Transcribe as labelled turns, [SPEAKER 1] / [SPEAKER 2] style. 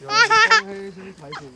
[SPEAKER 1] 有黑心排骨。